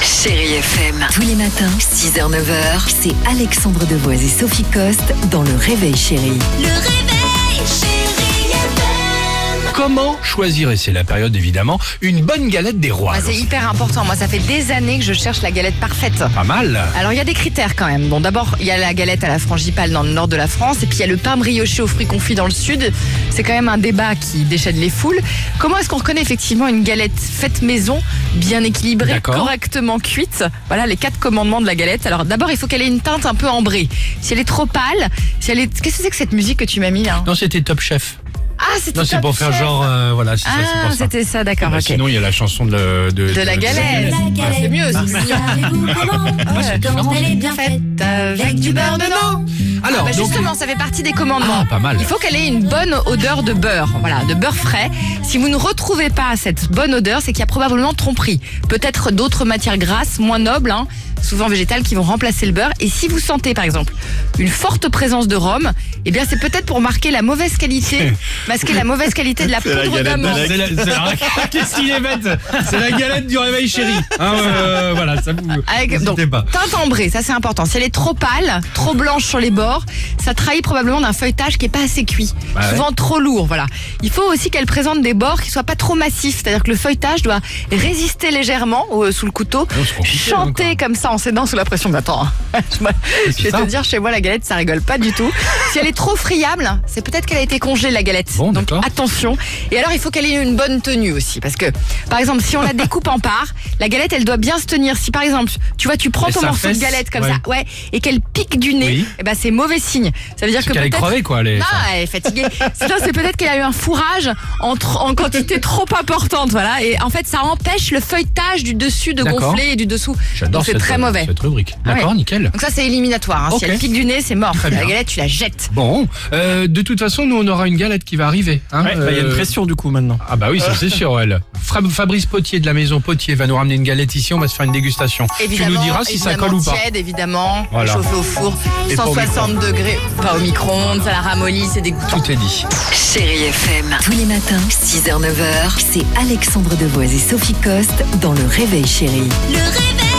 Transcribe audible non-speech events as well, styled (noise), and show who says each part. Speaker 1: Chérie FM.
Speaker 2: Tous les matins, 6h, 9h, c'est Alexandre Devoise et Sophie Coste dans Le Réveil Chérie.
Speaker 3: Le réveil, chérie FM.
Speaker 4: Comment choisir, et c'est la période évidemment, une bonne galette des rois
Speaker 5: Ah, c'est
Speaker 4: alors
Speaker 5: hyper important. Moi, ça fait des années que je cherche la galette parfaite.
Speaker 4: Pas mal
Speaker 5: Alors, il y a des critères quand même. Bon, d'abord, il y a la galette à la frangipane dans le nord de la France, et puis il y a le pain brioché aux fruits confits dans le sud. C'est quand même un débat qui déchaîne les foules. Comment est-ce qu'on reconnaît effectivement une galette faite maison, bien équilibrée,
Speaker 4: D'accord.
Speaker 5: correctement cuite Voilà les quatre commandements de la galette. Alors, d'abord, il faut qu'elle ait une teinte un peu ambrée. Si elle est trop pâle, si elle est. Qu'est-ce que c'est que cette musique que tu m'as mis là
Speaker 4: Non, c'était Top Chef.
Speaker 5: Ah, c'était.
Speaker 4: Non, c'est
Speaker 5: Top
Speaker 4: pour faire
Speaker 5: Chef.
Speaker 4: genre. euh, voilà, c'est ça, c'est
Speaker 5: Ah,
Speaker 4: pour ça.
Speaker 5: c'était ça, d'accord.
Speaker 4: Bah,
Speaker 5: ok.
Speaker 4: Sinon, il y a la chanson de, la- de,
Speaker 5: De la galette.
Speaker 3: La galette.
Speaker 5: Ah, C'est mieux aussi.
Speaker 3: Savez-vous Euh, comment
Speaker 4: c'est différent.
Speaker 3: Quand elle est bien faite.
Speaker 5: avec du beurre dedans.
Speaker 4: Alors, donc,
Speaker 5: Ah, bah, justement, ça fait partie des commandements.
Speaker 4: Ah, pas mal.
Speaker 5: Il faut qu'elle ait une bonne odeur de beurre, voilà, de beurre frais. Si vous ne retrouvez pas cette bonne odeur, c'est qu'il y a probablement tromperie. Peut-être d'autres matières grasses, moins nobles, hein, souvent végétales, qui vont remplacer le beurre. Et si vous sentez, par exemple, une forte présence de rhum, eh bien, c'est peut-être pour marquer la mauvaise qualité, masquer la mauvaise qualité de la poudre d'amande.
Speaker 4: c'est la- c'est la- (laughs) Qu'est-ce qu'il est bête C'est la galette du
Speaker 5: (laughs)
Speaker 4: réveil chéri. Hein, euh, voilà, ça vous.
Speaker 5: Avec, donc,
Speaker 4: n'hésitez pas.
Speaker 5: teinte ambrée, ça c'est important. Si elle est trop pâle, trop blanche sur les bords, ça trahit probablement d'un feuilletage qui est pas assez cuit,
Speaker 4: Bah
Speaker 5: souvent trop lourd. Voilà. Il faut aussi qu'elle présente des bords qui soient pas trop massifs, c'est-à-dire que le feuilletage doit résister légèrement au- sous le couteau,
Speaker 4: Non, Oh, c'est compliqué, hein, Ah,
Speaker 5: chanter comme ça en s'aidant sous la pression. Mais attends, hein. (laughs) je vais- je vais
Speaker 4: ça.
Speaker 5: te dire chez moi la galette ça rigole pas du tout. si elle est trop friable, c'est peut-être qu'elle a été congelée la galette.
Speaker 4: Bon,
Speaker 5: donc
Speaker 4: d'accord.
Speaker 5: attention. Et alors, il faut qu'elle ait une bonne tenue aussi. Parce que, par exemple, si on la découpe en parts, la galette, elle doit bien se tenir. Si, par exemple, tu vois, tu prends
Speaker 4: Elle
Speaker 5: ton morceau de
Speaker 4: s'affaisse,
Speaker 5: galette comme
Speaker 4: ouais.
Speaker 5: ça, ouais, et qu'elle pique du nez,
Speaker 4: Oui.
Speaker 5: eh ben, c'est mauvais signe. Ça veut dire que
Speaker 4: Qu'elle est
Speaker 5: peut-être. Ah,
Speaker 4: crevée, quoi. Les...
Speaker 5: Non, elle est fatiguée. (laughs) Sinon, c'est peut-être qu'elle a eu un fourrage en, tr- en quantité trop importante, voilà. Et en fait, ça empêche le feuilletage du dessus de
Speaker 4: D'accord.
Speaker 5: gonfler et du dessous.
Speaker 4: J'adore
Speaker 5: Donc, c'est
Speaker 4: cette- euh,
Speaker 5: très mauvais.
Speaker 4: cette rubrique.
Speaker 5: Ah ouais.
Speaker 4: D'accord, nickel.
Speaker 5: Donc ça, c'est éliminatoire. hein.
Speaker 4: Ok.
Speaker 5: Si elle pique du nez, c'est mort.
Speaker 4: Très
Speaker 5: la
Speaker 4: bien.
Speaker 5: galette, tu la jettes.
Speaker 4: Bon, euh, de toute façon, nous, on aura une galette qui va arriver. hein,
Speaker 6: Ouais, bah, il y a une
Speaker 4: euh,
Speaker 6: pression du coup maintenant.
Speaker 4: Ah bah oui, ça c'est sûr, elle. Fra- Fabrice Potier de la maison Potier va nous ramener une galette ici, on va se faire une dégustation. tu
Speaker 5: Évidemment,
Speaker 4: nous diras si ça
Speaker 5: évidemment
Speaker 4: colle ou pas.
Speaker 5: tiède, évidemment,
Speaker 4: Voilà.
Speaker 5: chauffé au four,
Speaker 4: Et pas au
Speaker 5: 160 degrés, pas au micro-ondes, ça la ramollit, c'est dégoûtant.
Speaker 4: Tout est dit.
Speaker 1: Chérie FM.
Speaker 2: Tous les matins, 6h, 9h, c'est Alexandre Devoise et Sophie Coste dans Le Réveil Chérie.
Speaker 3: Le réveil.